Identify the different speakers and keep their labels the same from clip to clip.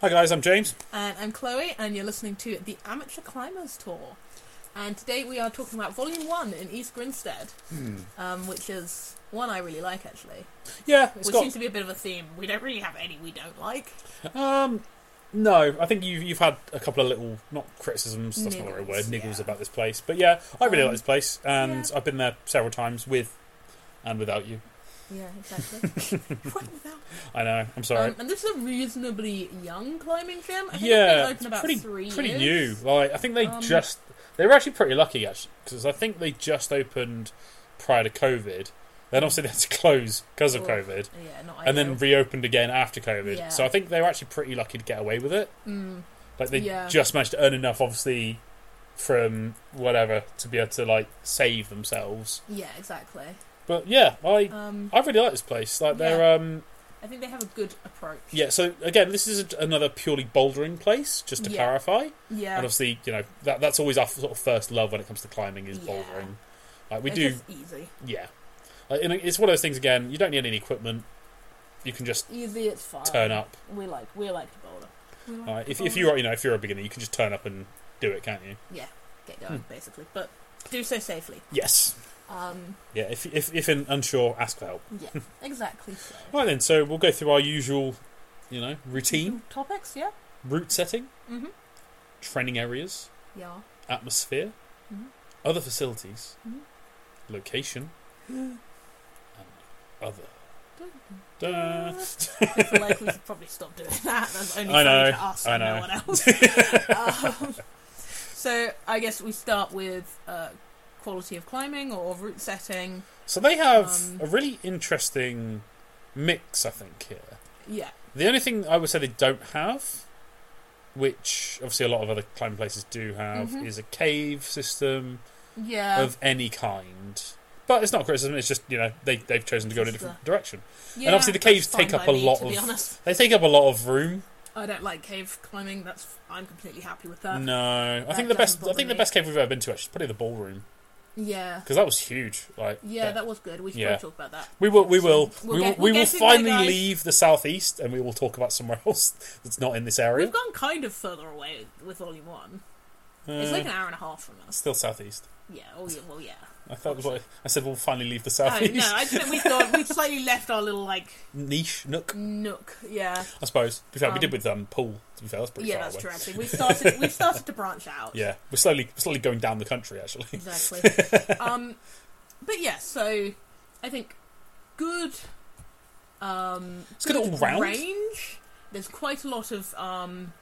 Speaker 1: Hi guys, I'm James.
Speaker 2: And I'm Chloe, and you're listening to the Amateur Climbers Tour. And today we are talking about Volume 1 in East Grinstead, um, which is one I really like actually.
Speaker 1: Yeah, it's
Speaker 2: Which
Speaker 1: got
Speaker 2: seems to be a bit of a theme. We don't really have any we don't like.
Speaker 1: um no, I think you you've had a couple of little not criticisms, that's not the right
Speaker 2: Niggles,
Speaker 1: word, niggles
Speaker 2: yeah.
Speaker 1: about this place. But yeah, I really
Speaker 2: Um,
Speaker 1: like this place and
Speaker 2: yeah.
Speaker 1: I've been there several times with and without you.
Speaker 2: Yeah, exactly. Right now.
Speaker 1: I know. I'm sorry.
Speaker 2: Um, and this is a reasonably young climbing gym. I think it's
Speaker 1: yeah,
Speaker 2: been open
Speaker 1: it's
Speaker 2: about
Speaker 1: pretty
Speaker 2: three
Speaker 1: pretty
Speaker 2: years.
Speaker 1: new. Like I think they
Speaker 2: Um,
Speaker 1: just they were actually pretty lucky actually because I think they just opened prior to COVID. Then obviously they had to close because of
Speaker 2: Oh,
Speaker 1: COVID,
Speaker 2: Yeah, not
Speaker 1: and
Speaker 2: ideal.
Speaker 1: then reopened again after COVID.
Speaker 2: Yeah.
Speaker 1: So I think they were actually pretty lucky to get away with it.
Speaker 2: Mm,
Speaker 1: Like they
Speaker 2: Yeah.
Speaker 1: just managed to earn enough, obviously, from whatever to be able to like save themselves.
Speaker 2: yeah, exactly.
Speaker 1: But yeah, I
Speaker 2: Um,
Speaker 1: I really like this place. Like they're um
Speaker 2: I think they have a good approach.
Speaker 1: yeah. So again, this is a, another purely bouldering place. Just to
Speaker 2: Yeah.
Speaker 1: clarify.
Speaker 2: Yeah.
Speaker 1: And obviously, you know that that's always our sort of first love when it comes to climbing is
Speaker 2: Yeah.
Speaker 1: bouldering. Like we
Speaker 2: It's
Speaker 1: do,
Speaker 2: just easy.
Speaker 1: yeah. Like, and it's one of those things again. You don't need any equipment. You can just
Speaker 2: Easy, it's fun.
Speaker 1: turn up.
Speaker 2: We like we like to boulder. We like
Speaker 1: Like, if
Speaker 2: to
Speaker 1: if
Speaker 2: boulder.
Speaker 1: you're you know if you're a beginner, you can just turn up and do it, can't you?
Speaker 2: yeah, get going
Speaker 1: Hmm.
Speaker 2: basically, but do so safely.
Speaker 1: Yes.
Speaker 2: Um,
Speaker 1: Yeah. If if if in unsure, ask for help.
Speaker 2: yeah, exactly. So
Speaker 1: Right then. So we'll go through our usual, you know, routine,
Speaker 2: topics, yeah,
Speaker 1: route setting,
Speaker 2: mm-hmm.
Speaker 1: training areas,
Speaker 2: yeah,
Speaker 1: atmosphere,
Speaker 2: Mhm.
Speaker 1: other facilities,
Speaker 2: Mhm.
Speaker 1: location, and other.
Speaker 2: Dun,
Speaker 1: Da.
Speaker 2: I feel like we should probably stop doing that. That's only
Speaker 1: I know,
Speaker 2: funny to us
Speaker 1: I
Speaker 2: and
Speaker 1: know.
Speaker 2: no one else. um, so I guess we start with uh, quality of climbing or route setting.
Speaker 1: So they have
Speaker 2: Um,
Speaker 1: a really interesting mix, I think, here.
Speaker 2: Yeah,
Speaker 1: The only thing I would say they don't have, which obviously a lot of other climbing places do have,
Speaker 2: Mhm.
Speaker 1: is a cave system
Speaker 2: yeah,
Speaker 1: of any kind. But it's not criticism, it's just, you know, they, they've chosen to go in a
Speaker 2: Just
Speaker 1: different direction.
Speaker 2: yeah.
Speaker 1: obviously the caves
Speaker 2: that's fine
Speaker 1: take up
Speaker 2: by
Speaker 1: a
Speaker 2: me,
Speaker 1: lot
Speaker 2: To be
Speaker 1: of-
Speaker 2: honest,
Speaker 1: They take up a lot of room.
Speaker 2: I don't like cave climbing. That's I'm completely happy with that.
Speaker 1: no, I
Speaker 2: Uh, that
Speaker 1: think the
Speaker 2: doesn't
Speaker 1: best. I
Speaker 2: bother
Speaker 1: think the
Speaker 2: me.
Speaker 1: best cave we've ever been to actually is probably the ballroom
Speaker 2: Yeah.
Speaker 1: because that was huge. Like,
Speaker 2: Yeah, that was good. We should
Speaker 1: Yeah.
Speaker 2: probably talk about that.
Speaker 1: we will, we will,
Speaker 2: We'll
Speaker 1: we will,
Speaker 2: get-
Speaker 1: we
Speaker 2: we'll
Speaker 1: will
Speaker 2: get to there,
Speaker 1: finally
Speaker 2: guys.
Speaker 1: leave the southeast and we will talk about somewhere else that's not in this area.
Speaker 2: We've gone kind of further away with Volume One. it's
Speaker 1: Uh,
Speaker 2: like an hour and a half from us.
Speaker 1: Still southeast.
Speaker 2: Yeah. Oh yeah. Well, yeah.
Speaker 1: I thought was what I- I said. We'll finally leave the
Speaker 2: Oh,
Speaker 1: southeast
Speaker 2: no, I just meant we've gone. We've slightly left our little like
Speaker 1: niche nook.
Speaker 2: nook. Yeah.
Speaker 1: I suppose. To be fair, we
Speaker 2: Um,
Speaker 1: did with um, Paul. To be fair, that's pretty
Speaker 2: yeah,
Speaker 1: far
Speaker 2: that's
Speaker 1: away.
Speaker 2: true. Actually, we've started. We've started to branch out.
Speaker 1: Yeah, we're slowly we're slowly going down the country. Actually,
Speaker 2: Exactly. um, but yeah. So I think good. Um,
Speaker 1: It's good all round.
Speaker 2: range. There's quite a lot of um,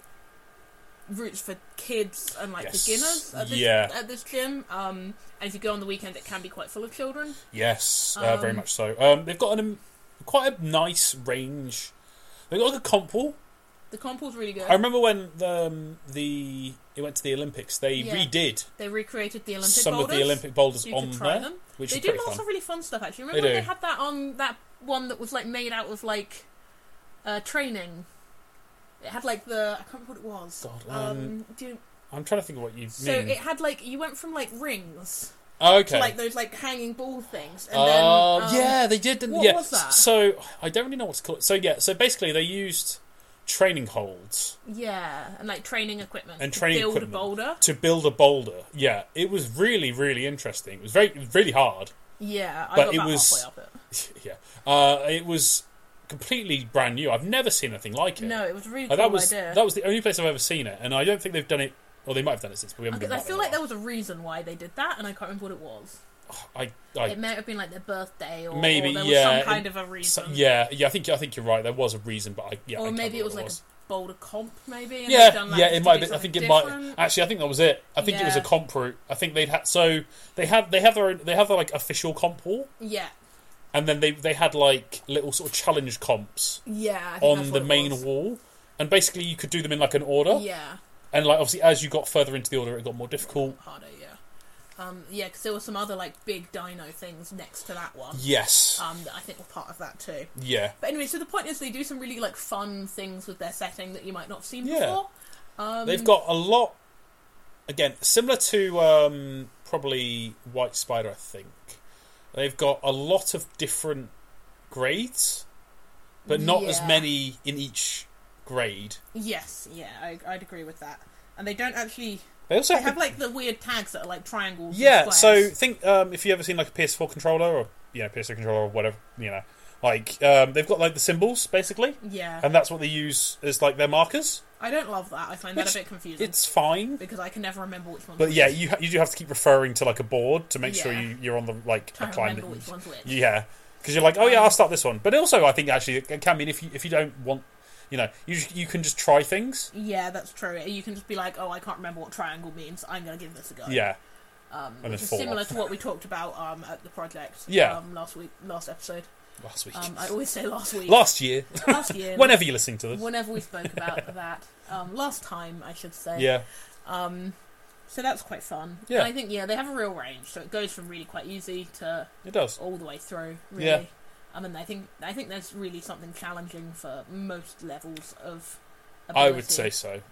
Speaker 2: routes for kids and like
Speaker 1: Yes.
Speaker 2: beginners at this,
Speaker 1: Yeah.
Speaker 2: at this gym. Um, and if you go on the weekend, it can be quite full of children.
Speaker 1: yes, uh, very
Speaker 2: Um,
Speaker 1: much so. Um, they've got an, um, quite a nice range. They've got like a comp wall.
Speaker 2: The comp was really good.
Speaker 1: I remember when the, um, the it went to the Olympics. They
Speaker 2: Yeah.
Speaker 1: redid
Speaker 2: they recreated the Olympic
Speaker 1: some
Speaker 2: boulders,
Speaker 1: of the Olympic boulders
Speaker 2: so you
Speaker 1: on
Speaker 2: could try
Speaker 1: there,
Speaker 2: them.
Speaker 1: which
Speaker 2: They
Speaker 1: was
Speaker 2: do
Speaker 1: pretty
Speaker 2: lots
Speaker 1: fun.
Speaker 2: of really fun stuff actually. Remember
Speaker 1: They do.
Speaker 2: when they had that on that one that was like made out of like uh, training. It had like the I can't remember what it was.
Speaker 1: God,
Speaker 2: um,
Speaker 1: um,
Speaker 2: do you,
Speaker 1: I'm trying to think of what you mean.
Speaker 2: so it had like you went from like rings
Speaker 1: Oh, okay.
Speaker 2: to like those like hanging ball things, and then
Speaker 1: Oh
Speaker 2: um,
Speaker 1: yeah, they did. Didn't,
Speaker 2: what
Speaker 1: yeah.
Speaker 2: was that?
Speaker 1: So I don't really know what to call it. So yeah, so basically they used training holds
Speaker 2: yeah, and like training equipment
Speaker 1: and
Speaker 2: to
Speaker 1: training
Speaker 2: build
Speaker 1: equipment
Speaker 2: a boulder.
Speaker 1: to build a boulder. Yeah, it was really really interesting. It was very it was really hard.
Speaker 2: Yeah, I
Speaker 1: But
Speaker 2: got
Speaker 1: it
Speaker 2: about
Speaker 1: was-
Speaker 2: halfway up it.
Speaker 1: yeah, uh, it was completely brand new. I've never seen anything like it.
Speaker 2: No, it was a really
Speaker 1: Like,
Speaker 2: cool
Speaker 1: Oh, that was
Speaker 2: idea.
Speaker 1: that was the only place I've ever seen it, and I don't think they've done it. Or they might have done it since, but we haven't.
Speaker 2: I
Speaker 1: been
Speaker 2: feel like there was a reason why they did that, and I can't remember what it was.
Speaker 1: I, I
Speaker 2: It may have been like their birthday, or
Speaker 1: Maybe,
Speaker 2: or there was
Speaker 1: yeah,
Speaker 2: some kind
Speaker 1: it-
Speaker 2: of a
Speaker 1: So-
Speaker 2: reason.
Speaker 1: yeah, yeah. I think I think you're right. There was a reason, but I, yeah, I
Speaker 2: or
Speaker 1: can't
Speaker 2: maybe it
Speaker 1: remember what
Speaker 2: was like a boulder comp, maybe. and
Speaker 1: yeah,
Speaker 2: they've done, like,
Speaker 1: yeah.
Speaker 2: to
Speaker 1: It might.
Speaker 2: do
Speaker 1: Be, I think it
Speaker 2: something
Speaker 1: might.
Speaker 2: different.
Speaker 1: Actually, I think that was it. I think it was a
Speaker 2: Yeah.
Speaker 1: comp route. I think they'd had so they had they have their own, they have their like official comp wall,
Speaker 2: Yeah,
Speaker 1: and then they they had like little sort of challenge comps
Speaker 2: yeah. I think that's
Speaker 1: on
Speaker 2: what
Speaker 1: the
Speaker 2: it
Speaker 1: main
Speaker 2: was.
Speaker 1: wall, and basically you could do them in like an order,
Speaker 2: Yeah,
Speaker 1: and like obviously as you got further into the order, it got more difficult.
Speaker 2: harder. Yeah, um, yeah, because there were some other like big dino things next to that one.
Speaker 1: Yes.
Speaker 2: Um, that I think were part of that too.
Speaker 1: yeah.
Speaker 2: But anyway, so the point is they do some really like fun things with their setting that you might not have seen
Speaker 1: Yeah.
Speaker 2: before. Um,
Speaker 1: They've got a lot. Again, similar to um, probably White Spider, I think. They've got a lot of different grades, but not as
Speaker 2: Yeah.
Speaker 1: many in each grade.
Speaker 2: Yes, yeah, I, I'd agree with that. And they don't actually.
Speaker 1: They also
Speaker 2: They
Speaker 1: have,
Speaker 2: have like the weird tags that are like triangles. and
Speaker 1: yeah. So
Speaker 2: squares.
Speaker 1: think um, if you ever seen like a PS4 controller or you know PS3 controller or whatever you know, like um, they've got like the symbols basically,
Speaker 2: Yeah,
Speaker 1: and that's what they use as like their markers.
Speaker 2: I don't love that. I find that
Speaker 1: Which-
Speaker 2: a bit confusing
Speaker 1: It's fine,
Speaker 2: because I can never remember which one's
Speaker 1: but
Speaker 2: which.
Speaker 1: yeah, you ha- you do have to keep referring to like a board to make sure
Speaker 2: Yeah.
Speaker 1: you you're on the like
Speaker 2: trying
Speaker 1: a
Speaker 2: to
Speaker 1: climb.
Speaker 2: remember which one's which.
Speaker 1: Yeah, because you're like, oh yeah, I'll start this one. But also, I think actually it can mean if you if you don't want, you know, you just- you can just try things.
Speaker 2: Yeah, that's true. You can just be like, oh, I can't remember what triangle means. I'm going to give this a go.
Speaker 1: Yeah, and
Speaker 2: um, which
Speaker 1: then
Speaker 2: is
Speaker 1: fall
Speaker 2: similar
Speaker 1: off.
Speaker 2: to what we talked about um, at the project.
Speaker 1: Yeah.
Speaker 2: um, last week, last episode.
Speaker 1: last week,
Speaker 2: Um, I always say last week,
Speaker 1: last year,
Speaker 2: last year,
Speaker 1: whenever you're listening to this,
Speaker 2: whenever we spoke about that. Um, last time, I should say.
Speaker 1: yeah,
Speaker 2: Um, so that's quite fun.
Speaker 1: Yeah.
Speaker 2: And I think yeah, they have a real range, so it goes from really quite easy to
Speaker 1: it does.
Speaker 2: all the way through. Really.
Speaker 1: Yeah.
Speaker 2: Um, and I think I think there's really something challenging for most levels of.
Speaker 1: I would say
Speaker 2: ability.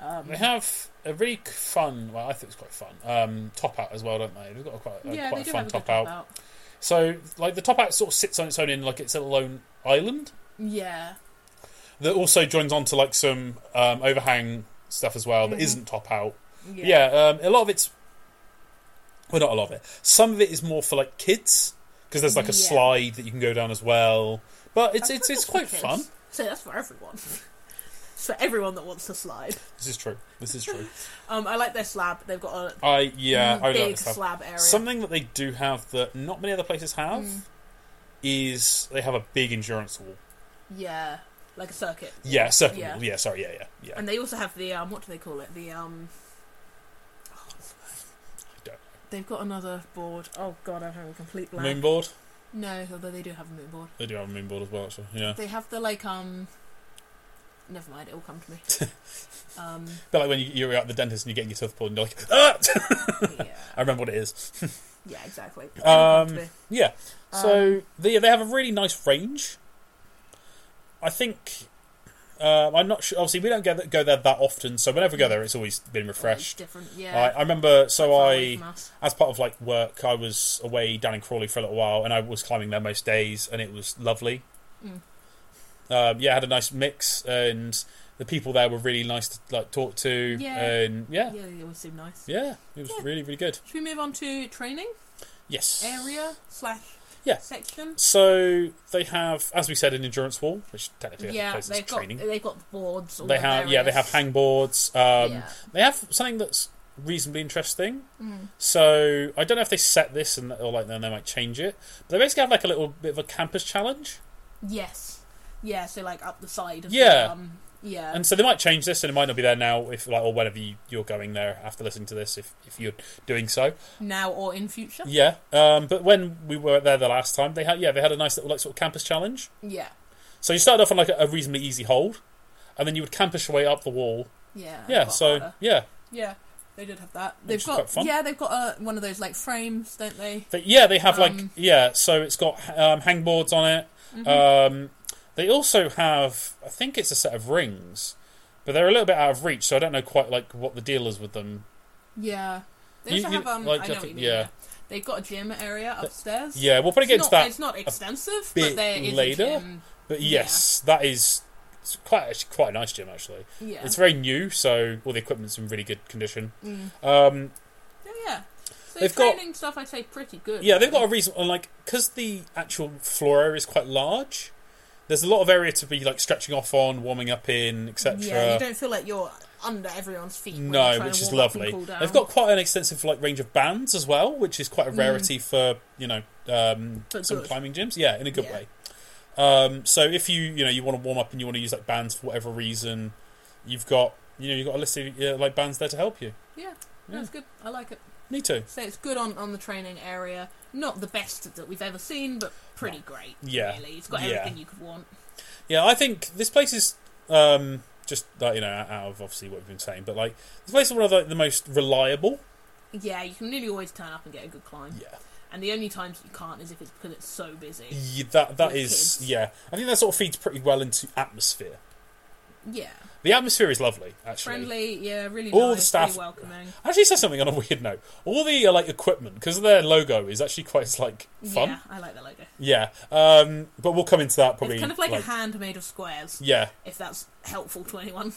Speaker 1: so.
Speaker 2: Um,
Speaker 1: They have a really c- fun. Well, I think it's quite fun. Um, top out as well, don't they? They've got a quite a,
Speaker 2: yeah,
Speaker 1: quite
Speaker 2: they
Speaker 1: a
Speaker 2: do
Speaker 1: fun
Speaker 2: have a
Speaker 1: top,
Speaker 2: good
Speaker 1: out.
Speaker 2: top out.
Speaker 1: So, like the top out sort of sits on its own in like it's a lone island
Speaker 2: Yeah.
Speaker 1: that also joins onto like some um, overhang stuff as well that
Speaker 2: Mhm.
Speaker 1: isn't top out.
Speaker 2: Yeah.
Speaker 1: Yeah, um, a lot of it's well, not a lot of it. Some of it is more for like kids because there's like a
Speaker 2: Yeah.
Speaker 1: slide that you can go down as well. But it's
Speaker 2: I
Speaker 1: it's
Speaker 2: think
Speaker 1: it's
Speaker 2: that's for
Speaker 1: quite
Speaker 2: kids.
Speaker 1: fun.
Speaker 2: So that's for everyone. it's for everyone that wants to slide.
Speaker 1: This is true. This is true.
Speaker 2: Um, I like their slab. They've got a
Speaker 1: I yeah, I
Speaker 2: big
Speaker 1: like this stuff.
Speaker 2: slab area. Mm,
Speaker 1: Something that they do have that not many other places have is they have a big endurance wall.
Speaker 2: Yeah, like a circuit.
Speaker 1: Yeah, circle
Speaker 2: Yeah.
Speaker 1: wall. Yeah, sorry. Yeah, yeah, yeah.
Speaker 2: And they also have the um, what do they call it? The um.
Speaker 1: don't.
Speaker 2: They've got another board. Oh god, I'm having a complete blank.
Speaker 1: Moonboard.
Speaker 2: No, although they do have a moon board.
Speaker 1: They do have a moonboard as well. Actually, yeah.
Speaker 2: They have the like um. Never mind, it will come to me. um,
Speaker 1: But like when you, you're at the dentist and you're getting your tooth pulled, and you're like, ah! I
Speaker 2: yeah,
Speaker 1: remember what it is.
Speaker 2: yeah, exactly. It will come to
Speaker 1: Um,
Speaker 2: me.
Speaker 1: Yeah. So
Speaker 2: Um,
Speaker 1: they they have a really nice range. I think um, I'm not sure. Obviously, we don't go, th- go there that often, so whenever we go there, it's always been refreshed.
Speaker 2: different.
Speaker 1: I,
Speaker 2: Yeah.
Speaker 1: I remember. So
Speaker 2: far
Speaker 1: I
Speaker 2: away from us.
Speaker 1: as part of like work, I was away down in Crawley for a little while, and I was climbing there most days, and it was lovely.
Speaker 2: Mm.
Speaker 1: Um, yeah, I had a nice mix, and the people there were really nice to like talk to,
Speaker 2: Yeah.
Speaker 1: and yeah, yeah,
Speaker 2: Yeah, they always seem nice.
Speaker 1: it was
Speaker 2: Yeah.
Speaker 1: really really good.
Speaker 2: Should we move on to training
Speaker 1: Yes,
Speaker 2: area slash
Speaker 1: Yeah.
Speaker 2: section?
Speaker 1: So they have, as we said, an endurance wall, which technically I think
Speaker 2: Yeah,
Speaker 1: plays
Speaker 2: they've
Speaker 1: as
Speaker 2: got
Speaker 1: training.
Speaker 2: they've got the boards. All
Speaker 1: they
Speaker 2: the
Speaker 1: have, yeah, they have
Speaker 2: various-
Speaker 1: hangboards. Um,
Speaker 2: Yeah.
Speaker 1: They have something that's reasonably interesting.
Speaker 2: Mm.
Speaker 1: So I don't know if they set this and or like then they might change it. But they basically have like a little bit of a campus challenge.
Speaker 2: Yes, yeah. So like up the side. Of
Speaker 1: Yeah.
Speaker 2: The, um, yeah.
Speaker 1: And so they might change this, and it might not be there now, if like or whenever you, you're going there after listening to this, if, if you're doing so.
Speaker 2: now or in future.
Speaker 1: Yeah. Um, but when we were there the last time, they had yeah they had a nice little like sort of campus challenge.
Speaker 2: Yeah.
Speaker 1: So you started off on like a, a reasonably easy hold, and then you would campus your way up the wall.
Speaker 2: Yeah.
Speaker 1: Yeah.
Speaker 2: got
Speaker 1: So
Speaker 2: harder.
Speaker 1: yeah,
Speaker 2: yeah, they did have that.
Speaker 1: Which
Speaker 2: They've
Speaker 1: is
Speaker 2: got
Speaker 1: quite fun.
Speaker 2: yeah, they've got uh, one of those like frames, don't they?
Speaker 1: they, yeah they have like
Speaker 2: Um,
Speaker 1: yeah. So it's got um, hangboards on it.
Speaker 2: Mm-hmm.
Speaker 1: Um, they also have I think it's a set of rings, but they're a little bit out of reach, so I don't know quite like what the deal is with them.
Speaker 2: Yeah. They
Speaker 1: You-
Speaker 2: also
Speaker 1: you-
Speaker 2: have um.
Speaker 1: like,
Speaker 2: I
Speaker 1: I
Speaker 2: know what
Speaker 1: think-
Speaker 2: you mean.
Speaker 1: yeah.
Speaker 2: Yeah. They've got a gym area upstairs.
Speaker 1: Yeah, we'll probably get into
Speaker 2: It's not,
Speaker 1: that.
Speaker 2: it's not extensive,
Speaker 1: bit
Speaker 2: but there is
Speaker 1: later.
Speaker 2: a gym.
Speaker 1: But
Speaker 2: Yeah.
Speaker 1: yes, that is it's quite actually quite a nice gym actually.
Speaker 2: Yeah.
Speaker 1: It's very new, so all the equipment's in really good condition.
Speaker 2: Mm.
Speaker 1: Um,
Speaker 2: Yeah, yeah. So
Speaker 1: They've got-
Speaker 2: training stuff, I'd say, pretty good.
Speaker 1: yeah, they've got a reason. and, Like because the actual floor area is quite large, there's a lot of area to be like stretching off on, warming up in,
Speaker 2: Yeah, you
Speaker 1: etc.
Speaker 2: don't feel like you're under everyone's feet. when you're
Speaker 1: no,
Speaker 2: trying
Speaker 1: which
Speaker 2: to
Speaker 1: is
Speaker 2: warm up and
Speaker 1: lovely.
Speaker 2: cool down.
Speaker 1: They've got quite an extensive like range of bands as well, which is quite a rarity for you know um,
Speaker 2: But
Speaker 1: some
Speaker 2: good.
Speaker 1: climbing gyms. Yeah, in a good
Speaker 2: Yeah.
Speaker 1: way. Um, so if you you know you want to warm up and you want to use like bands for whatever reason, you've got you know you've got a list of uh, like bands there to help you.
Speaker 2: yeah,
Speaker 1: Yeah.
Speaker 2: that's good. I like it.
Speaker 1: Me too.
Speaker 2: So it's good on on the training area. Not the best that we've ever seen, but pretty great.
Speaker 1: Yeah.
Speaker 2: really, it's got
Speaker 1: Yeah.
Speaker 2: everything you could want.
Speaker 1: Yeah, I think this place is um, just like you know out of obviously what we've been saying, but like this place is one of like, the most reliable.
Speaker 2: Yeah, you can nearly always turn up and get a good climb.
Speaker 1: Yeah,
Speaker 2: And the only times you can't is if it's because it's so busy.
Speaker 1: Y that that
Speaker 2: With
Speaker 1: is
Speaker 2: kids.
Speaker 1: yeah. I think that sort of feeds pretty well into atmosphere.
Speaker 2: Yeah.
Speaker 1: The atmosphere is lovely, actually.
Speaker 2: Friendly, yeah, really
Speaker 1: All the
Speaker 2: nice,
Speaker 1: staff-
Speaker 2: really welcoming.
Speaker 1: I actually said something on a weird note. All the uh, like equipment, because their logo is actually quite like
Speaker 2: Yeah,
Speaker 1: fun.
Speaker 2: I like the logo.
Speaker 1: Yeah. Um, but we'll come into that probably.
Speaker 2: it's kind of like, a hand made of squares,
Speaker 1: Yeah,
Speaker 2: if that's helpful to anyone.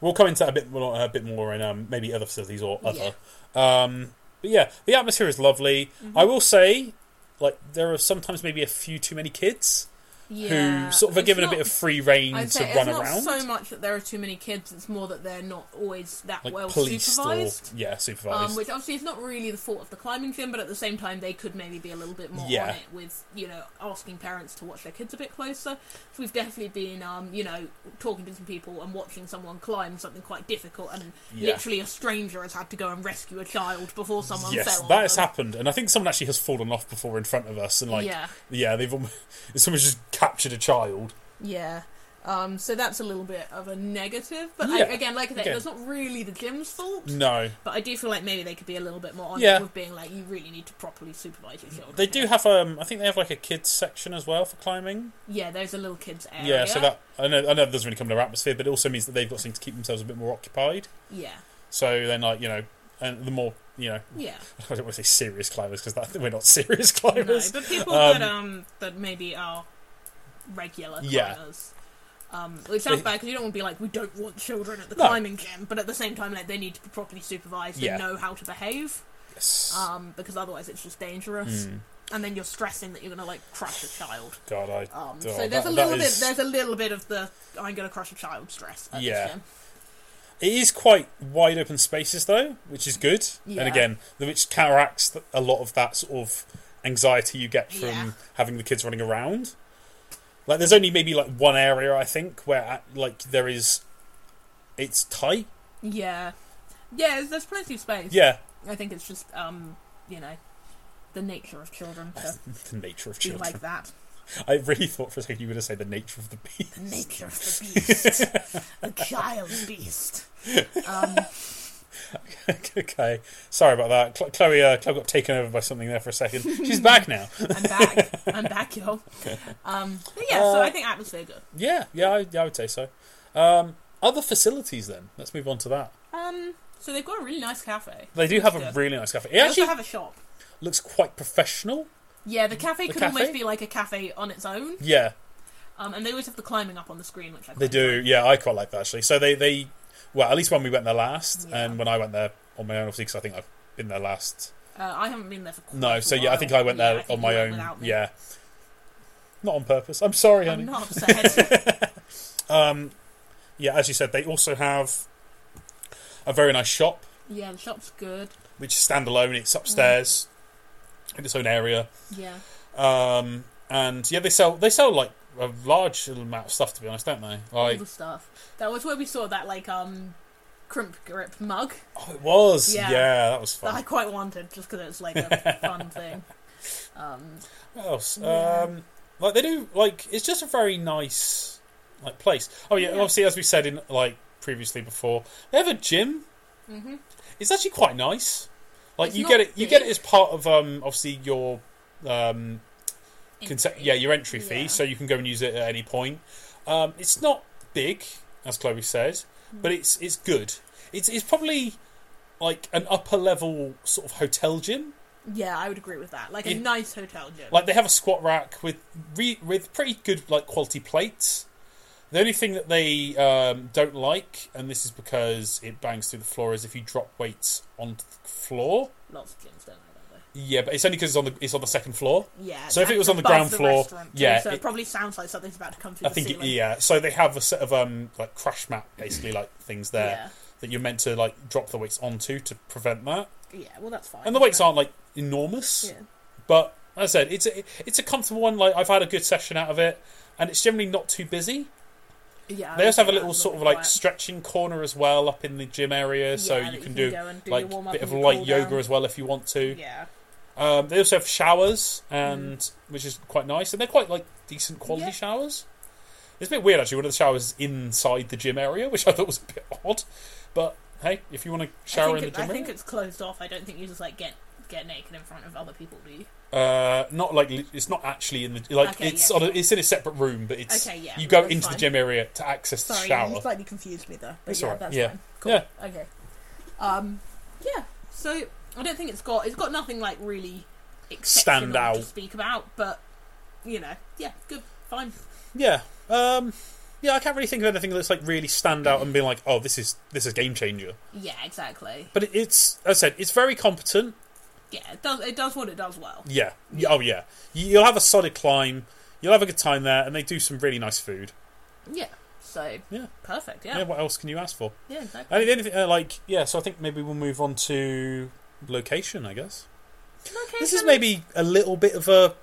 Speaker 1: we'll come into that a bit more, a bit more in um, maybe other facilities or
Speaker 2: Yeah. Mm-hmm.
Speaker 1: other. Um, but yeah, the atmosphere is lovely. I will say, like there are sometimes maybe a few too many kids
Speaker 2: Yeah.
Speaker 1: who sort of are
Speaker 2: it's
Speaker 1: given
Speaker 2: not-
Speaker 1: a bit of free reign
Speaker 2: I'd
Speaker 1: to
Speaker 2: say
Speaker 1: run
Speaker 2: it's not
Speaker 1: around,
Speaker 2: so much that there are too many kids, it's more that they're not always that
Speaker 1: like
Speaker 2: well
Speaker 1: policed
Speaker 2: supervised.
Speaker 1: or yeah, supervised.
Speaker 2: Um, which obviously is not really the fault of the climbing gym, but at the same time, they could maybe be a little bit more on
Speaker 1: Yeah.
Speaker 2: it with, you know, asking parents to watch their kids a bit closer. So we've definitely been, um, you know, talking to some people and watching someone climb something quite difficult, and
Speaker 1: Yeah.
Speaker 2: literally a stranger has had to go and rescue a child before someone
Speaker 1: yes,
Speaker 2: fell. on
Speaker 1: that has
Speaker 2: them.
Speaker 1: happened, and I think someone actually has fallen off before in front of us, and like
Speaker 2: Yeah.
Speaker 1: yeah, they've almost, someone's just captured a child.
Speaker 2: Yeah. Um, so that's a little bit of a negative, but
Speaker 1: Yeah.
Speaker 2: I, again, like I said,
Speaker 1: Again.
Speaker 2: that's not really the gym's fault.
Speaker 1: No,
Speaker 2: But I do feel like maybe they could be a little bit more on
Speaker 1: Yeah.
Speaker 2: it with being like, you really need to properly supervise your children.
Speaker 1: they do have um, I think they have like a kids section as well for climbing.
Speaker 2: Yeah, there's a little kids area.
Speaker 1: Yeah, so that I know I know that doesn't really come to our atmosphere, but it also means that they've got something to keep themselves a bit more occupied.
Speaker 2: Yeah,
Speaker 1: So then, like you know, and the more you know,
Speaker 2: yeah.
Speaker 1: I don't want to say serious climbers because that we're not serious
Speaker 2: No,
Speaker 1: climbers.
Speaker 2: but people
Speaker 1: um,
Speaker 2: that um that maybe are regular
Speaker 1: Yeah.
Speaker 2: climbers. Um, which sounds
Speaker 1: They-
Speaker 2: bad because you don't want to be like, we don't want children at the
Speaker 1: No.
Speaker 2: climbing gym, but at the same time, like they need to be properly supervised
Speaker 1: Yeah.
Speaker 2: and know how to behave,
Speaker 1: Yes.
Speaker 2: um, because otherwise it's just dangerous.
Speaker 1: Hmm.
Speaker 2: And then you're stressing that you're going to like crush a child.
Speaker 1: God, I. oh,
Speaker 2: Um, so there's
Speaker 1: that-
Speaker 2: a
Speaker 1: that
Speaker 2: little bit,
Speaker 1: is-
Speaker 2: there's a little bit of the I'm going to crush a child stress. At
Speaker 1: Yeah.
Speaker 2: This gym.
Speaker 1: It is quite wide open spaces though, which is good.
Speaker 2: Yeah.
Speaker 1: And again, the- which counteracts th- a lot of that sort of anxiety you get from
Speaker 2: Yeah.
Speaker 1: having the kids running around. Like, there's only maybe like one area I think where uh, like there is, it's tight.
Speaker 2: Yeah. Yeah, there's- there's plenty of space.
Speaker 1: Yeah,
Speaker 2: I think it's just, um, you know, the nature of children to
Speaker 1: the nature of
Speaker 2: be
Speaker 1: children.
Speaker 2: like that.
Speaker 1: I really thought for a second you were going to say the nature of the beast.
Speaker 2: The nature of the beast. the child beast. Um,
Speaker 1: okay, sorry about that. Cl- Chloe, uh, Chloe got taken over by something there for a second. She's back now.
Speaker 2: I'm back. I'm back, y'all. Um, but yeah, so
Speaker 1: Uh,
Speaker 2: I think atmosphere good.
Speaker 1: yeah, yeah, I, yeah, I would say so. Um, other facilities then. Let's move on to that.
Speaker 2: Um, so they've got a really nice cafe.
Speaker 1: They do have a
Speaker 2: Yeah.
Speaker 1: really nice cafe. It
Speaker 2: They
Speaker 1: actually
Speaker 2: also have a shop.
Speaker 1: looks quite professional.
Speaker 2: Yeah, the cafe
Speaker 1: The
Speaker 2: could
Speaker 1: cafe?
Speaker 2: almost be like a cafe on its own.
Speaker 1: Yeah,
Speaker 2: Um, and they always have the climbing up on the screen, which I
Speaker 1: they
Speaker 2: quite
Speaker 1: do. Yeah, I quite like that actually. So they they well, at least when we went there last,
Speaker 2: Yeah.
Speaker 1: and when I went there on my own, obviously, because I think I've been there last.
Speaker 2: Uh, I haven't been there for quite
Speaker 1: No,
Speaker 2: a
Speaker 1: so yeah, I
Speaker 2: while.
Speaker 1: think I went
Speaker 2: Yeah,
Speaker 1: there
Speaker 2: I think
Speaker 1: on
Speaker 2: you
Speaker 1: my
Speaker 2: went
Speaker 1: own.
Speaker 2: without me.
Speaker 1: Yeah, not on purpose. I'm sorry, honey.
Speaker 2: I'm not upset.
Speaker 1: Um, yeah, as you said, they also have a very nice shop,
Speaker 2: yeah, the shop's good.
Speaker 1: which is standalone. It's upstairs
Speaker 2: Mm.
Speaker 1: in its own area.
Speaker 2: Yeah.
Speaker 1: Um, and yeah, they sell they sell like a large amount of stuff. To be honest, don't they?
Speaker 2: all
Speaker 1: Like,
Speaker 2: the stuff. That was where we saw that like um crimp grip mug
Speaker 1: oh, it was.
Speaker 2: Yeah.
Speaker 1: Yeah, that was
Speaker 2: that I
Speaker 1: fun.
Speaker 2: quite wanted just because it's like a fun thing. Um,
Speaker 1: What else?
Speaker 2: Yeah.
Speaker 1: Um, like they do. Like it's just a very nice like place. Oh yeah, and
Speaker 2: Yeah.
Speaker 1: obviously as we said in like previously before, they have a gym.
Speaker 2: mhm.
Speaker 1: It's actually quite nice. Like
Speaker 2: It's
Speaker 1: you
Speaker 2: not
Speaker 1: get it, you get it
Speaker 2: big.
Speaker 1: as part of um obviously your um Conce-
Speaker 2: Entry.
Speaker 1: yeah, your entry fee,
Speaker 2: Yeah.
Speaker 1: so you can go and use it at any point. Um, it's not big, as Chloe says,
Speaker 2: Hmm.
Speaker 1: but it's it's good. It's it's probably like an upper level sort of hotel gym.
Speaker 2: Yeah, I would agree with that. Like a
Speaker 1: Yeah.
Speaker 2: nice hotel gym.
Speaker 1: Like they have a squat rack with re- with pretty good like quality plates. The only thing that they um, don't like, and this is because it bangs through the floor, is if you drop weights onto the floor.
Speaker 2: Lots of gyms don't like that though.
Speaker 1: Yeah, but it's only because it's on the it's on the second floor.
Speaker 2: Yeah.
Speaker 1: So if it
Speaker 2: and
Speaker 1: was on the
Speaker 2: above
Speaker 1: ground floor,
Speaker 2: restaurant
Speaker 1: yeah,
Speaker 2: So it,
Speaker 1: it-
Speaker 2: probably sounds like something's about to come through
Speaker 1: I
Speaker 2: the
Speaker 1: think it,
Speaker 2: ceiling.
Speaker 1: yeah. So they have a set of um like crash mat basically like things there. that you're meant to like drop the weights onto to prevent that.
Speaker 2: Yeah. Yeah, well that's fine.
Speaker 1: And the weights
Speaker 2: isn't
Speaker 1: aren't like enormous,
Speaker 2: it? Yeah.
Speaker 1: but as I said, it's a it's a comfortable one. Like I've had a good session out of it, and it's generally not too busy.
Speaker 2: Yeah, I
Speaker 1: they also
Speaker 2: would
Speaker 1: have
Speaker 2: say
Speaker 1: a little
Speaker 2: that's
Speaker 1: sort of
Speaker 2: bit
Speaker 1: like
Speaker 2: quiet.
Speaker 1: stretching corner as well up in the gym area, so
Speaker 2: Yeah,
Speaker 1: you
Speaker 2: that
Speaker 1: can, do,
Speaker 2: go and do your
Speaker 1: like
Speaker 2: warm
Speaker 1: a
Speaker 2: up
Speaker 1: bit of
Speaker 2: and your
Speaker 1: light
Speaker 2: cool
Speaker 1: yoga
Speaker 2: down.
Speaker 1: as well if you want to.
Speaker 2: Yeah.
Speaker 1: Um, they also have showers and which is quite nice, and they're quite like decent quality
Speaker 2: Hmm. Yeah.
Speaker 1: showers. It's a bit weird actually. One of the showers is inside the gym area, which I thought was a bit odd, but hey, if you want to shower
Speaker 2: I think,
Speaker 1: in the
Speaker 2: it-
Speaker 1: gym
Speaker 2: I
Speaker 1: area,
Speaker 2: think it's closed off. I don't think you just like get get naked in front of other people, do you?
Speaker 1: Uh, not like li- it's not actually in the like
Speaker 2: Okay,
Speaker 1: it's
Speaker 2: yeah.
Speaker 1: on a, it's in a separate room, but it's
Speaker 2: Okay, yeah,
Speaker 1: you go
Speaker 2: that's
Speaker 1: into the
Speaker 2: fine.
Speaker 1: gym area to access the
Speaker 2: Sorry,
Speaker 1: shower.
Speaker 2: you slightly confused me there. But
Speaker 1: It's
Speaker 2: yeah,
Speaker 1: alright,
Speaker 2: that's
Speaker 1: yeah.
Speaker 2: fine. Cool.
Speaker 1: Yeah.
Speaker 2: Okay. Um, yeah. So I don't think it's got it's got nothing like really exceptional
Speaker 1: Stand out.
Speaker 2: to speak about, but you know, yeah, good, fine.
Speaker 1: Yeah. Um, yeah, I can't really think of anything that's like really stand out and being like, oh, this is this is game changer.
Speaker 2: Yeah, exactly.
Speaker 1: But it, it's, as I said, it's very competent.
Speaker 2: Yeah, it does it does what it does well.
Speaker 1: Yeah. Y- Oh yeah. You- You'll have a solid climb. You'll have a good time there, and they do some really nice food.
Speaker 2: Yeah. So
Speaker 1: Yeah.
Speaker 2: perfect.
Speaker 1: Yeah.
Speaker 2: Yeah.
Speaker 1: what else can you ask for?
Speaker 2: Yeah. Exactly.
Speaker 1: And the only thing, uh, like, yeah. So I think maybe we'll move on to location. I guess
Speaker 2: Okay,
Speaker 1: this is
Speaker 2: so
Speaker 1: maybe a little bit of a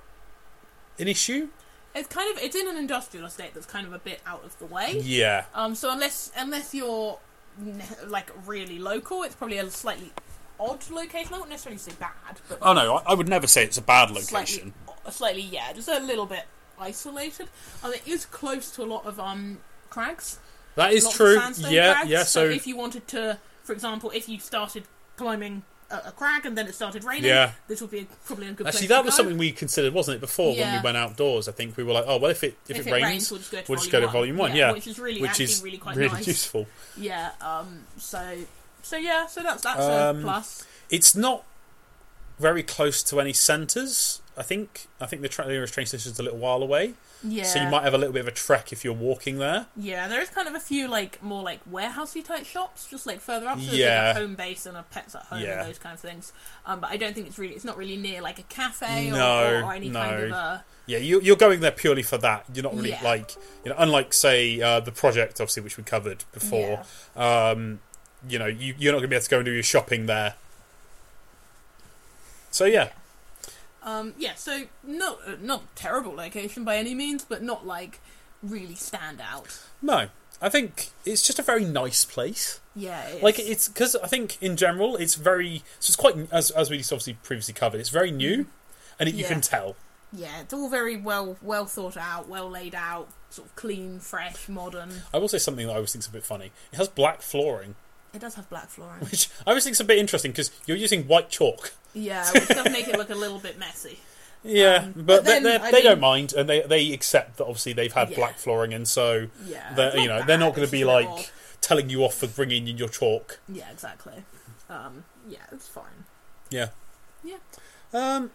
Speaker 1: an issue.
Speaker 2: it's kind of it's in an industrial estate that's kind of a bit out of the way.
Speaker 1: Yeah.
Speaker 2: Um, so unless unless you're ne- like really local, it's probably a slightly odd location. I wouldn't necessarily say bad, but
Speaker 1: Oh no, I, I would never say it's a bad
Speaker 2: slightly,
Speaker 1: location.
Speaker 2: slightly yeah, just a little bit isolated. Um, it is close to a lot of um crags.
Speaker 1: That is
Speaker 2: lot of
Speaker 1: true.
Speaker 2: sandstone
Speaker 1: Yeah.
Speaker 2: crags,
Speaker 1: Yeah. So.
Speaker 2: if you wanted to, for example, if you started climbing a, a crag and then it started raining,
Speaker 1: Yeah.
Speaker 2: this would be a, probably a good.
Speaker 1: Actually,
Speaker 2: place
Speaker 1: that
Speaker 2: to
Speaker 1: was
Speaker 2: go.
Speaker 1: something we considered, wasn't it? Before when
Speaker 2: Yeah.
Speaker 1: we went outdoors, I think we were like, "Oh, well, if it if, it, rains,
Speaker 2: we'll just go to
Speaker 1: we'll
Speaker 2: volume
Speaker 1: just go to
Speaker 2: one.
Speaker 1: volume one." Yeah,
Speaker 2: which is really
Speaker 1: which
Speaker 2: actually
Speaker 1: is
Speaker 2: really quite
Speaker 1: really
Speaker 2: nice.
Speaker 1: useful.
Speaker 2: Yeah. Um. So. So yeah. So that's that's
Speaker 1: Um,
Speaker 2: a plus.
Speaker 1: It's not very close to any centres. I think I think the tra- nearest train station is a little while away,
Speaker 2: Yeah.
Speaker 1: so you might have a little bit of a trek if you're walking there.
Speaker 2: Yeah. There is kind of a few like more like warehousey type shops, just like further up. So there's,
Speaker 1: Yeah.
Speaker 2: Like a home base and a pets at home
Speaker 1: Yeah.
Speaker 2: and those kind of things. Um. But I don't think it's really. It's not really near like a cafe or,
Speaker 1: No,
Speaker 2: or, any
Speaker 1: no.
Speaker 2: kind of uh, a.
Speaker 1: Yeah, you, you're going there purely for that. You're not really
Speaker 2: Yeah.
Speaker 1: like you know, unlike say uh, the project, obviously, which we covered before. Um, you know, you, you're not going to be able to go and do your shopping there. So yeah.
Speaker 2: Um. Yeah. So not uh, not terrible location by any means, but not like really stand out.
Speaker 1: No, I think it's just a very nice place.
Speaker 2: Yeah. It is.
Speaker 1: Like it's because I think in general it's very so it's quite as as we obviously previously covered. It's very new, and it, you
Speaker 2: Yeah.
Speaker 1: can tell.
Speaker 2: yeah, it's all very well well thought out, well laid out, sort of clean, fresh, modern.
Speaker 1: I will say something that I always think's a bit funny. It has black flooring,
Speaker 2: It does have black flooring.
Speaker 1: which I always think's a bit interesting because you're using white chalk.
Speaker 2: yeah, which does make it look a little bit messy.
Speaker 1: Yeah, but,
Speaker 2: Um, but
Speaker 1: they-
Speaker 2: then,
Speaker 1: they,
Speaker 2: I
Speaker 1: they don't
Speaker 2: mean-
Speaker 1: mind, and they they accept that obviously they've had
Speaker 2: Yeah.
Speaker 1: black flooring, and so
Speaker 2: Yeah,
Speaker 1: that
Speaker 2: it's
Speaker 1: you know
Speaker 2: not
Speaker 1: they're
Speaker 2: bad,
Speaker 1: not going
Speaker 2: it's
Speaker 1: to be
Speaker 2: just a
Speaker 1: like
Speaker 2: little-
Speaker 1: telling you off for bringing in your chalk.
Speaker 2: yeah, exactly. Um, yeah, it's fine.
Speaker 1: Yeah.
Speaker 2: Yeah.
Speaker 1: Um,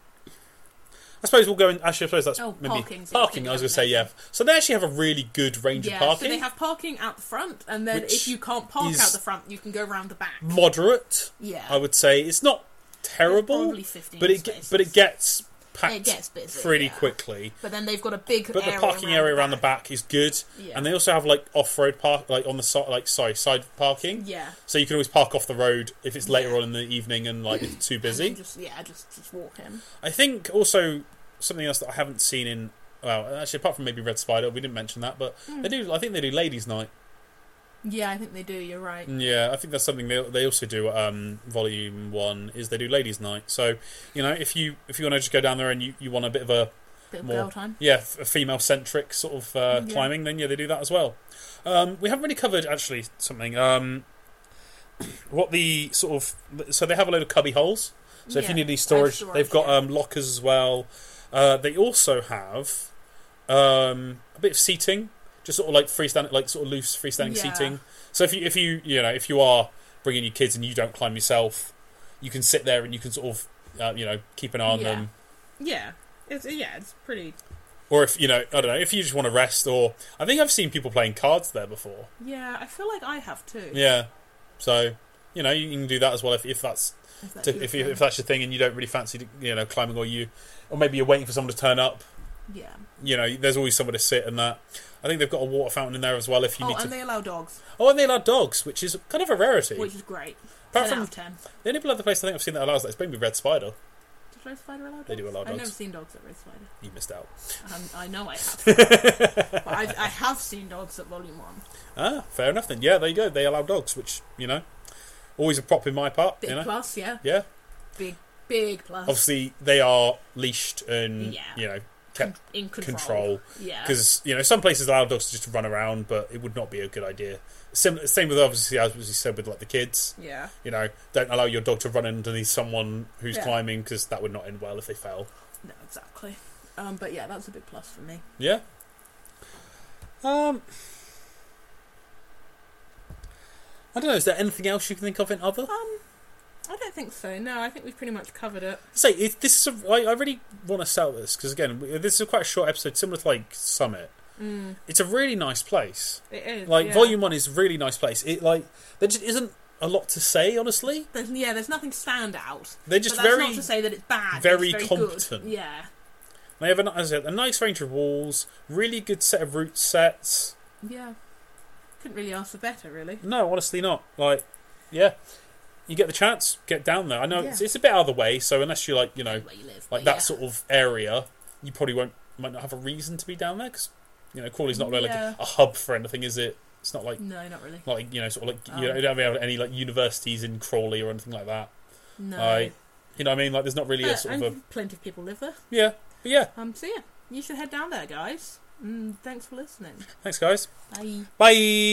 Speaker 1: I suppose we'll go in. Actually, I suppose that's
Speaker 2: Oh,
Speaker 1: maybe
Speaker 2: parking's the
Speaker 1: parking.
Speaker 2: thing
Speaker 1: I was
Speaker 2: we
Speaker 1: going to say yeah.
Speaker 2: haven't
Speaker 1: So they actually have a really good range
Speaker 2: Yeah,
Speaker 1: of parking.
Speaker 2: so they have parking out the front, and then
Speaker 1: Which
Speaker 2: if you can't park
Speaker 1: is-
Speaker 2: out the front, you can go round the back.
Speaker 1: Moderate,
Speaker 2: Yeah,
Speaker 1: I would say. It's not terrible,
Speaker 2: probably 15
Speaker 1: but it ge-
Speaker 2: spaces.
Speaker 1: but it gets packed
Speaker 2: It gets busy,
Speaker 1: pretty
Speaker 2: yeah.
Speaker 1: quickly.
Speaker 2: but then they've got a big.
Speaker 1: But the parking area around the back is good,
Speaker 2: Yeah.
Speaker 1: and they also have like off-road park, like on the side, like sorry, side parking.
Speaker 2: Yeah.
Speaker 1: So you can always park off the road if it's later
Speaker 2: Yeah.
Speaker 1: on in the evening and like it's too
Speaker 2: And then
Speaker 1: busy.
Speaker 2: Just yeah, just just walk in.
Speaker 1: I think also something else that I haven't seen in well, actually apart from maybe Red Spider, we didn't mention that, but
Speaker 2: Hmm.
Speaker 1: they do. I think they do Ladies' Night.
Speaker 2: Yeah, I think they do. You're right.
Speaker 1: Yeah, I think that's something they they also do. at, Um, volume one is they do Ladies' Night. So you know if you if you want to just go down there and you, you want a bit of a
Speaker 2: Bit of
Speaker 1: more
Speaker 2: girl time.
Speaker 1: yeah f- a female centric sort of uh,
Speaker 2: Yeah.
Speaker 1: climbing, then yeah they do that as well. Um, we haven't really covered actually something. Um, what the sort of so they have a load of cubby holes. So if
Speaker 2: Yeah,
Speaker 1: you need any
Speaker 2: I have
Speaker 1: storage,
Speaker 2: storage,
Speaker 1: they've got
Speaker 2: yeah.
Speaker 1: um, lockers as well. Uh, they also have um, a bit of seating, just sort of like freestanding, like sort of loose freestanding
Speaker 2: Yeah.
Speaker 1: seating. So if you if you you know if you are bringing your kids and you don't climb yourself, you can sit there and you can sort of uh, you know keep an eye on
Speaker 2: Yeah.
Speaker 1: them.
Speaker 2: Yeah, it's yeah, it's pretty.
Speaker 1: Or if you know I don't know if you just want to rest, or I think I've seen people playing cards there before.
Speaker 2: Yeah, I feel like I have too.
Speaker 1: Yeah, so you know you can do that as well if if that's
Speaker 2: If that's
Speaker 1: to,
Speaker 2: your
Speaker 1: if you,
Speaker 2: thing.
Speaker 1: if that's your thing and you don't really fancy you know climbing or you or maybe you're waiting for someone to turn up.
Speaker 2: yeah.
Speaker 1: You know, there's always someone to sit and that. I think they've got a water fountain in there as well if you
Speaker 2: Oh,
Speaker 1: need
Speaker 2: and
Speaker 1: to
Speaker 2: they allow dogs,
Speaker 1: Oh, and they allow dogs, which is kind of a rarity.
Speaker 2: which is great.
Speaker 1: Apart
Speaker 2: 10
Speaker 1: from-
Speaker 2: out of 10.
Speaker 1: the only other place I think I've seen that allows that is maybe Red Spider.
Speaker 2: Does Red Spider allow dogs?
Speaker 1: They do allow
Speaker 2: I've never
Speaker 1: dogs.
Speaker 2: seen dogs at Red Spider.
Speaker 1: You missed out.
Speaker 2: Um, I know I have. but I, I have seen dogs at Volume 1.
Speaker 1: Ah, fair enough then. Yeah, there you go. They allow dogs, which you know, always a prop in my part.
Speaker 2: Big
Speaker 1: you know,
Speaker 2: plus, yeah.
Speaker 1: yeah.
Speaker 2: Big, big plus.
Speaker 1: Obviously, they are leashed and
Speaker 2: Yeah.
Speaker 1: you know kept
Speaker 2: in control.
Speaker 1: control.
Speaker 2: Yeah.
Speaker 1: Because you know some places allow dogs to just run around, but it would not be a good idea. Sim- same with obviously as we said with like the kids.
Speaker 2: Yeah.
Speaker 1: You know, don't allow your dog to run underneath someone who's
Speaker 2: Yeah.
Speaker 1: climbing because that would not end well if they fell.
Speaker 2: No, exactly. Um, but yeah, that's a big plus for me.
Speaker 1: Yeah. Um. I don't know. Is there anything else you can think of in other?
Speaker 2: Um, I don't think so. No, I think we've pretty much covered it.
Speaker 1: say it, this is a, I, I really want to sell this because again we- this is quite a short episode similar to like summit
Speaker 2: Mm,
Speaker 1: it's a really nice place
Speaker 2: it is.
Speaker 1: like
Speaker 2: yeah.
Speaker 1: volume one is a really nice place it like there just isn't a lot to say honestly
Speaker 2: There's, yeah, there's nothing stand out.
Speaker 1: they're just
Speaker 2: but that's
Speaker 1: very
Speaker 2: not to say that it's bad. it's
Speaker 1: very
Speaker 2: very
Speaker 1: competent.
Speaker 2: Good. Yeah.
Speaker 1: they have a, ni- as I said, a nice range of walls really good set of route sets
Speaker 2: Yeah. Couldn't really ask for better, really.
Speaker 1: no honestly not like yeah you get the chance get down there i know it's,
Speaker 2: Yeah.
Speaker 1: it's a bit out of the way so unless you like you know
Speaker 2: Where you live.
Speaker 1: like
Speaker 2: but
Speaker 1: that
Speaker 2: yeah.
Speaker 1: sort of area, you probably won't might not have a reason to be down there because you know Crawley's not really
Speaker 2: Yeah.
Speaker 1: like a hub for anything, is it? It's not like
Speaker 2: No, not really.
Speaker 1: like you know sort of like you,
Speaker 2: Um.
Speaker 1: know, you don't have any like universities in Crawley or anything like that.
Speaker 2: No.
Speaker 1: Like you know what I mean? Like there's not really a
Speaker 2: But-
Speaker 1: sort
Speaker 2: and
Speaker 1: of a
Speaker 2: plenty of people live there.
Speaker 1: yeah. But yeah,
Speaker 2: Um, so yeah, you should head down there, guys. Mm, thanks for listening.
Speaker 1: thanks guys.
Speaker 2: Bye.
Speaker 1: Bye.